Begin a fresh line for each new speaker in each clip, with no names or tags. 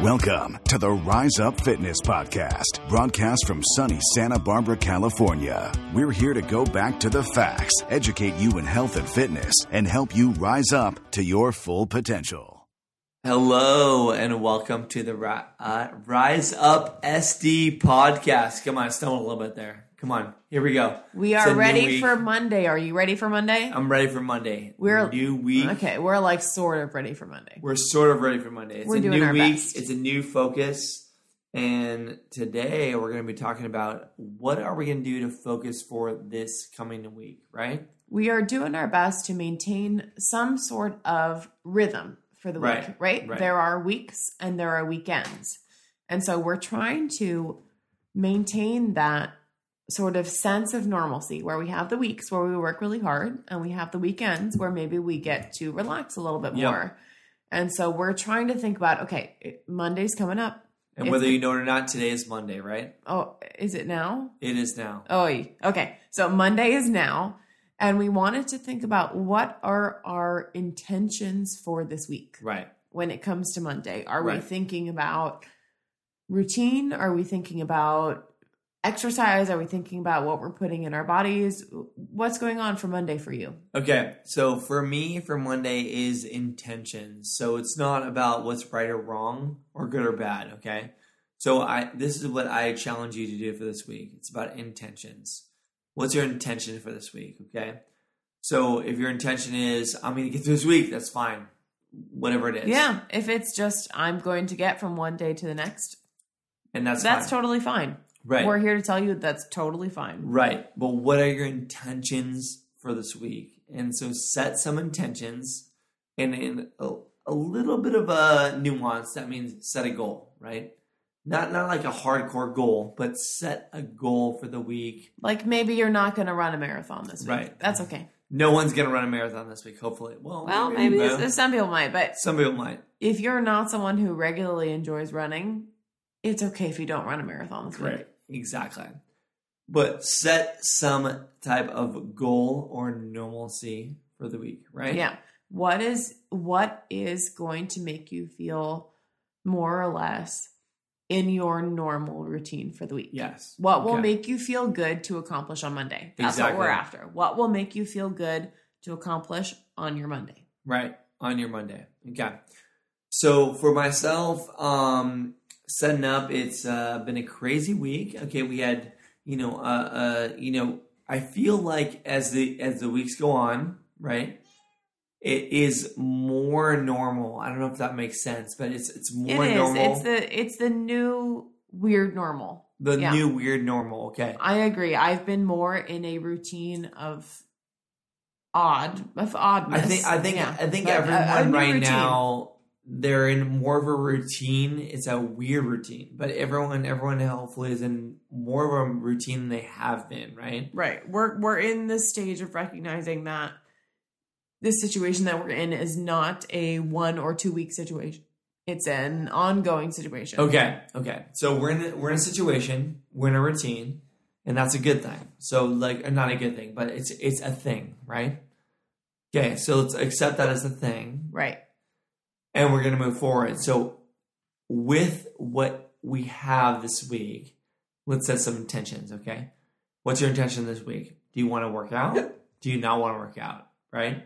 Welcome to the Rise Up Fitness Podcast, broadcast from sunny Santa Barbara, California. We're here to go back to the facts, educate you in health and fitness, and help you rise up to your full potential.
Hello and welcome to the Ri- uh, Rise Up SD podcast. Come on, I stumbled a little bit there. Come on, here we go.
We
It's
are
a new
ready
week.
for Monday. Are you ready for Monday?
I'm ready for Monday.
We're-
new week.
okay, we're like sort of ready for Monday.
We're sort of ready for Monday. It's
We're
a
doing
new
our
week.
best.
It's a new focus, and today we're going to be talking about what are we going to do to focus for this coming week, right?
We are doing our best to maintain some sort of rhythm for the week,
Right,
right?
right.
There are weeks and there are weekends. And so we're trying to maintain that sort of sense of normalcy where we have the weeks where we work really hard and we have the weekends where maybe we get to relax a little bit
Yep.
more. And so we're trying to think about okay, it- Monday's coming up.
And
It's
whether
the-
you know it or not, today is Monday, right?
Oh, is it now?
It is now.
Oh, okay. So Monday is now, and we wanted to think about what are our intentions for this week
Right.
when it comes to Monday. Are we
Right.
thinking about routine? Are we thinking about exercise? Are we thinking about what we're putting in our bodies? What's going on for Monday for you?
Okay, so for me, for Monday is intention. So it's not about what's right or wrong or good or bad. Okay, so I this is what I challenge you to do for this week. It's about intentions. What's your intention for this week? Okay, so if your intention is I'm going to get through this week, that's fine. Whatever it is,
yeah. If it's just I'm going to get from one day to the next,
and that's
that's
fine.
totally fine.
right.
We're here to tell you that's totally fine.
Right. But what are your intentions for this week? And so set some intentions and in a, a little bit of a nuance, that means set a goal, right? Not not like a hardcore goal, but set a goal for the week.
Like maybe you're not going to run a marathon this week.
Right.
That's okay.
No one's gonna run a marathon this week, hopefully. Well,
Well, maybe
but
s- some people might, but
some people might.
if you're not someone who regularly enjoys running, it's okay if you don't run a marathon this week.
Correct. Exactly. But set some type of goal or normalcy for the week, right?
Yeah. What is what is going to make you feel more or less in your normal routine for the week?
Yes.
What will
Okay.
make you feel good to accomplish on Monday? That's what
Exactly.
we're after. What will make you feel good to accomplish on your Monday?
Right, on your Monday. Okay. So for myself, um, setting up, it's uh, been a crazy week. Okay, we had, you know, uh, uh, you know, I feel like as the as the weeks go on, right, it is more normal. I don't know if that makes sense, but it's it's
It
more
is.
normal.
It's the it's the new weird normal.
the
yeah.
new weird normal. Okay,
I agree. I've been more in a routine of odd of
I
oddness.
think I think
Yeah.
I think
But a- a
everyone
new
right
routine.
now they're in more of a routine. It's a weird routine, but everyone everyone hopefully is in more of a routine than they have been, right?
Right. We're we're in this stage of recognizing that this situation that we're in is not a one or two week situation. It's an ongoing situation.
Okay, okay. So we're in a, we're in a situation, we're in a routine, and that's a good thing. So like, or not a good thing, but it's it's a thing, right? Okay, so let's accept that as a thing,
Right.
and we're going to move forward. So, with what we have this week, let's set some intentions, okay? What's your intention this week? Do you want to work out? Do you not want to work out, right?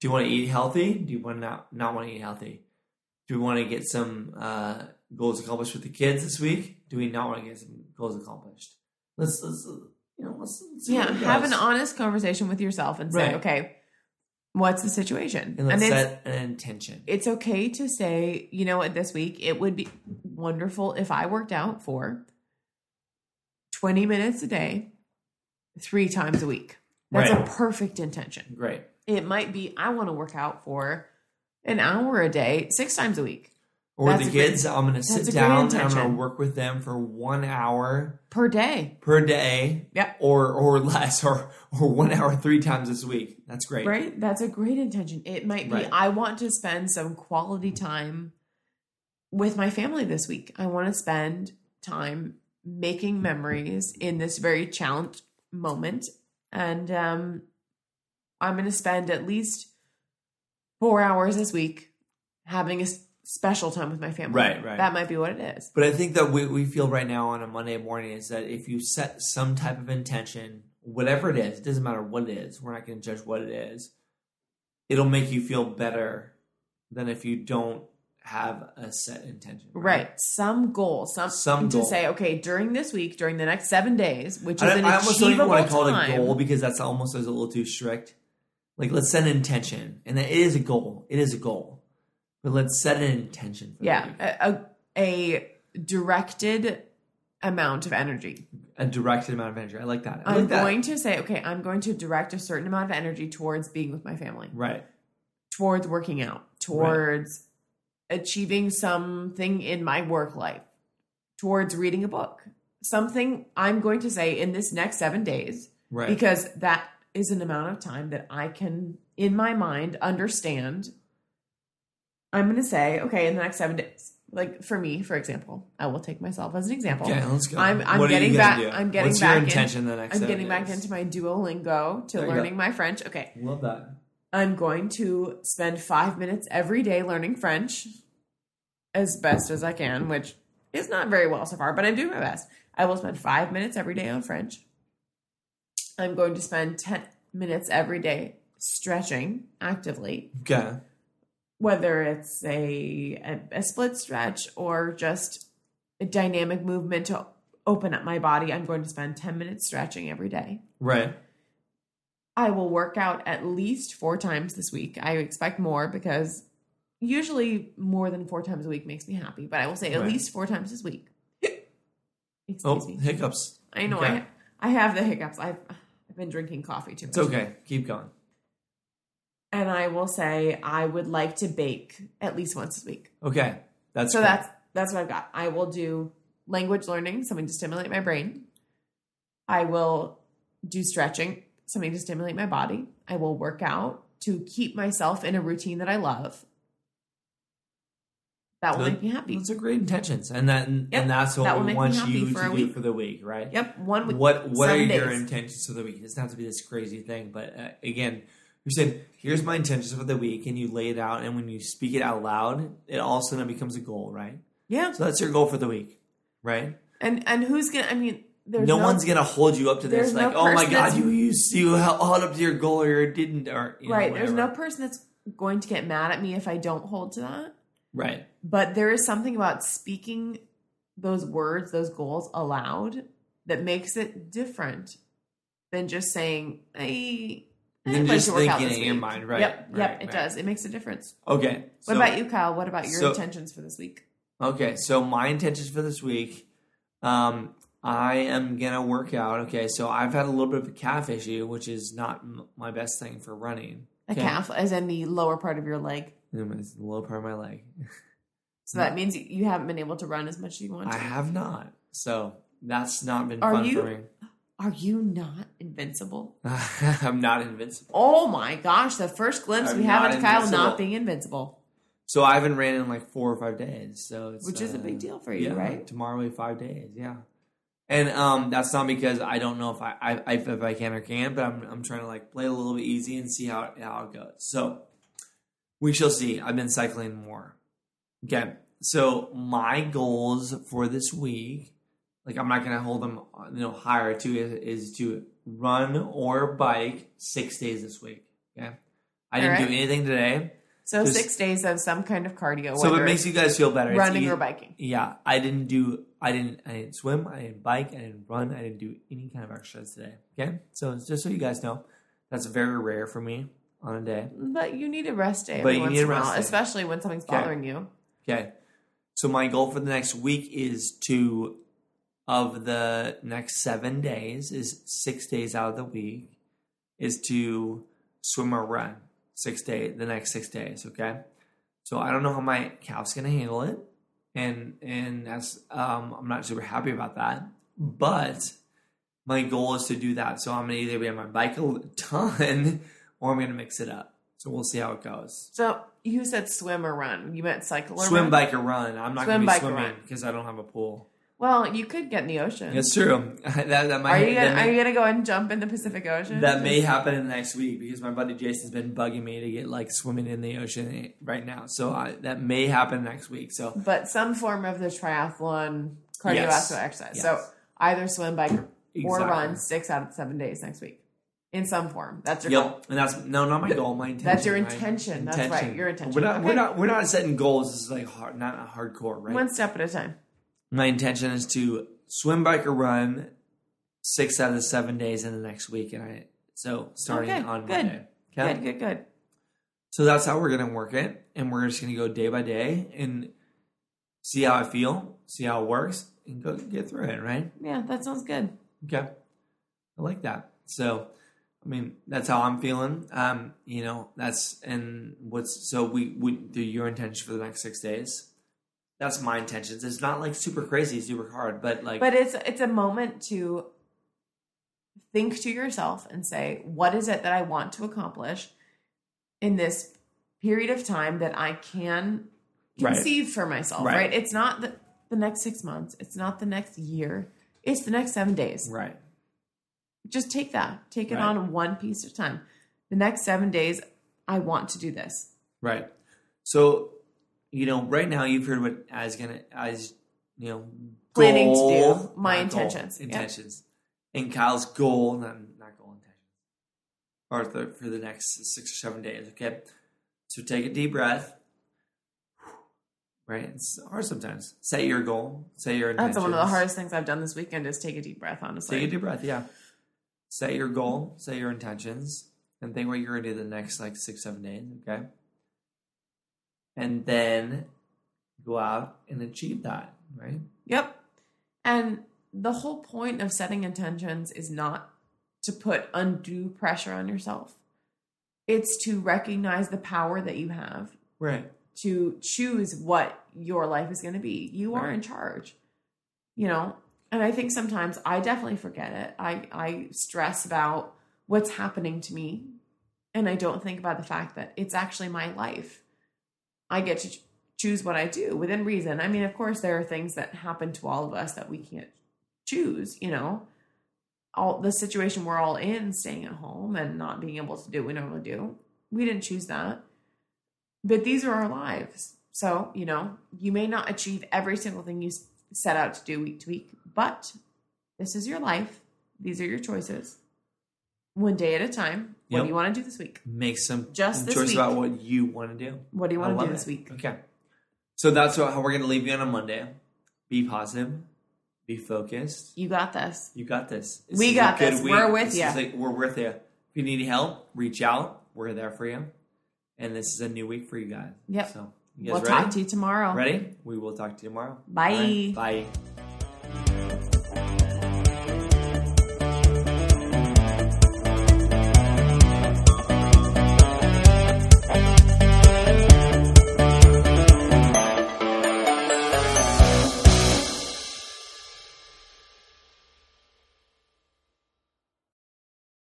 Do you want to eat healthy? Do you want to not, not want to eat healthy? Do we want to get some uh, goals accomplished with the kids this week? Do we not want to get some goals accomplished? Let's, let's uh, you know, let's, let's see
Yeah.
where it
Have
goes.
an honest conversation with yourself and say,
Right.
okay, what's the situation?
and let's
it's
set an intention.
it's okay to say, you know what, this week it would be wonderful if I worked out for 20 minutes a day, three times a week. That's
Right.
a perfect intention.
Great.
It might be, I want to work out for an hour a day, six times a week
Or
That's
the
a great-
kids, I'm going to
that's
sit
a great
down and I'm going
intention.
to work with them for one hour
per day.
per day,
Yep.
or or less, or or one hour three times this week. That's great.
Right? That's a great intention. It might be,
Right.
I want to spend some quality time with my family this week. I want to spend time making memories in this very challenge moment. And um, I'm going to spend at least four hours this week having a s- special time with my family.
Right, right.
That might be what it is.
But I think that we, we feel right now on a Monday morning is that if you set some type of intention, whatever it is, it doesn't matter what it is, we're not going to judge what it is, it'll make you feel better than if you don't have a set intention.
Right. Some goal, some,
Some
to
goal.
say, okay, during this week, during the next seven days, which is
I,
an
I almost don't even
achievable
want to call
time.
it a goal because that's almost as a little too strict. Like, let's set an intention. And it is a goal. It is a goal. But let's set an intention for the
Yeah,
week.
a, a, a directed amount of energy.
A directed amount of energy. I like that. I like
I'm
that.
going to say, okay, I'm going to direct a certain amount of energy towards being with my family,
Right.
towards working out, towards achieving something in my work life, towards reading a book. Something I'm going to say in this next seven days,
Right.
because that is an amount of time that I can, in my mind, understand. I'm going to say, okay, in the next seven days, like for me, for example, I will take myself as an example.
Okay, let's go.
I'm- I'm
What are you
getting
gonna
back-
do?
I'm getting
What's
back
your
in-
intention the next
I'm
seven
getting back
days?
into my Duolingo to
There you go.
learning my French. Okay.
Love that.
I'm going to spend five minutes every day learning French as best as I can, which is not very well so far, but I'm doing my best. I will spend five minutes every day on French. I'm going to spend 10 minutes every day stretching actively,
Okay.
whether it's a, a, a split stretch or just a dynamic movement to open up my body. I'm going to spend 10 minutes stretching every day.
Right.
I will work out at least four times this week. I expect more because usually more than four times a week makes me happy, but I will say at
Right.
least four times this week.
Oh,
Excuse me.
hiccups.
I know
okay.
I I have the hiccups. I've I've been drinking coffee too much.
It's okay. Keep going.
And I will say I would like to bake at least once a week.
Okay. That's
so
great.
that's that's what I've got. I will do language learning, something to stimulate my brain. I will do stretching, something to stimulate my body. I will work out to keep myself in a routine that I love. That will
Good.
make me happy.
Those are great intentions, and that and,
Yep.
and that's what
That will
we
make me
want
happy
you
for
to
a
do
week.
for the week, right?
Yep, one week.
What What
some
are your
days.
intentions for the week? It doesn't have to be this crazy thing, but uh, again, you said here's my intentions for the week, and you lay it out, and when you speak it out loud, it all of a sudden becomes a goal, right?
Yeah,
So that's your goal for the week, right?
and and who's gonna? I mean, there's
no, one's gonna hold you up to this,
there's
like,
no
oh my
person
god,
that's-
you you you held held up to your goal or you didn't, or you know,
right. There's no
whatever.
person that's going to get mad at me if I don't hold to that.
right.
but there is something about speaking those words, those goals aloud that makes it different than just saying, I, I'd
Than
like
just
to work out
thinking
this
it in your
week."
mind, right,
Yep,
right,
yep, it
right.
does. It makes a difference.
Okay.
What
so-
about you, Kyle? What about your
so-
intentions for this week?
Okay, so my intentions for this week, um, I am gonna work out. Okay, so I've had a little bit of a calf issue, which is not m- my best thing for running.
A
Okay.
calf, as in the lower part of your leg.
Mm, It's the low part of my leg.
So that means you haven't been able to run as much as you want
I
to.
have not, so that's not been
Are
fun
you-
for me.
Are you not invincible?
I'm not invincible.
Oh my gosh, the first glimpse
I'm
we have
not
of Kyle
invincible.
not being invincible,
So I haven't ran in like four or five days. So it's,
which is a big
uh,
deal for you,
yeah,
right?
Tomorrow will be five days. Yeah, and um, that's not because I don't know if I, I I- if I can or can't, but I'm I'm trying to like play a little bit easy and see how it- how it goes. So we shall see. I've been cycling more. Okay, so my goals for this week, like I'm not gonna hold them you know higher to is, is to run or bike six days this week. Okay, I didn't
All right.
do anything today.
So
Just-
six days of some kind of cardio.
So if
whether
it makes you guys feel better. it's
running
ea-
or biking.
yeah, I didn't do. I didn't. I didn't swim. I didn't bike. I didn't run. I didn't do any kind of exercise today. Okay, so it's just so you guys know, that's very rare for me on a day.
But you need a rest day
But
every
you
once
need a
in a
rest
while,
day.
especially when something's
Okay.
bothering you.
Okay, so my goal for the next week is to, of the next seven days, is six days out of the week, is to swim or run six day the next six days. Okay, so I don't know how my calf's gonna handle it, and and that's um, I'm not super happy about that. But my goal is to do that, so I'm gonna either be on my bike a l- ton or I'm gonna mix it up. So we'll see how it goes.
So you said swim or run. You meant cycle or
Swim,
run?
bike, or run. I'm not
Swim,
gonna be
bike, or
swimming
run.
because I don't have a pool.
Well, you could get in the ocean.
That's true. that that might
Are you gonna,
that,
are
may,
you gonna go and jump in the Pacific Ocean?
that may happen in the next week because my buddy Jason's been bugging me to get like swimming in the ocean right now. So I, that may happen next week. So
But some form of the triathlon cardiovascular
Yes.
exercise.
Yes.
So either swim, bike, or
Exactly.
run six out of seven days next week, in some form. That's your goal.
Yep, and that's no, not my goal. My intention.
That's your
right?
intention. That's right, your intention.
We're not, we're
Okay.
not, we're not setting goals. This is like hard, not hardcore, right?
One step at a time.
my intention is to swim, bike, or run six out of seven days in the next week, and I so starting
Okay,
on
good.
Monday. Okay?
Good, good, good.
So that's how we're gonna work it, and we're just gonna go day by day and see how I feel, see how it works, and go get through it. Right?
Yeah, that sounds good.
Okay. I like that. So, I mean, that's how I'm feeling. Um, you know, that's and what's so we we do your intention for the next six days. That's my intentions. It's not like super crazy, super hard, but like
But it's it's a moment to think to yourself and say, what is it that I want to accomplish in this period of time that I can
Right.
conceive for myself,
Right.
right? It's not the, the next six months, it's not the next year, it's the next seven days.
right.
Just take that, take it
Right.
on one piece at a time. The next seven days, I want to do this.
Right. So, you know, right now you've heard what I was gonna as you know
Planning to do,
goal-
my
not goal,
intentions, yeah.
intentions, and Kyle's goal, not not goal intentions, or the, for the next six or seven days. Okay. So take a deep breath. Right, it's hard sometimes. Set your goal. Set your intentions.
That's one of the hardest things I've done this weekend is take a deep breath, honestly.
Take a deep breath. Yeah. Set your goal. Set your intentions, and think what you're gonna do the next like six, seven days. Okay. And then go out and achieve that. Right.
Yep. And the whole point of setting intentions is not to put undue pressure on yourself. It's to recognize the power that you have
Right.
to choose what your life is going to be. You are
Right.
in charge. You know, and I think sometimes I definitely forget it. I I stress about what's happening to me and I don't think about the fact that it's actually my life. I get to ch- choose what I do within reason. I mean, of course there are things that happen to all of us that we can't choose, you know. All the situation we're all in staying at home and not being able to do what we normally do. We didn't choose that but these are our lives. So, you know, you may not achieve every single thing you s- set out to do week to week, but this is your life. These are your choices. One day at a time. What
Yep.
do you want to do this week?
Make some
Just this
choice about
week.
what you want to do.
What do you
I
want to
love
do this
it.
week?
Okay. So that's what- how we're gonna leave you on a Monday. Be positive. Be focused.
You got this.
You got this.
We
is a
got
good
this. We're with
This
ya.
is like- we're with you. If you need help, reach out. We're there for you. And this is a new week for you guys.
Yep.
So you guys
We'll
ready?
talk to you tomorrow.
Ready? We will talk to you tomorrow.
Bye.
All right. Bye.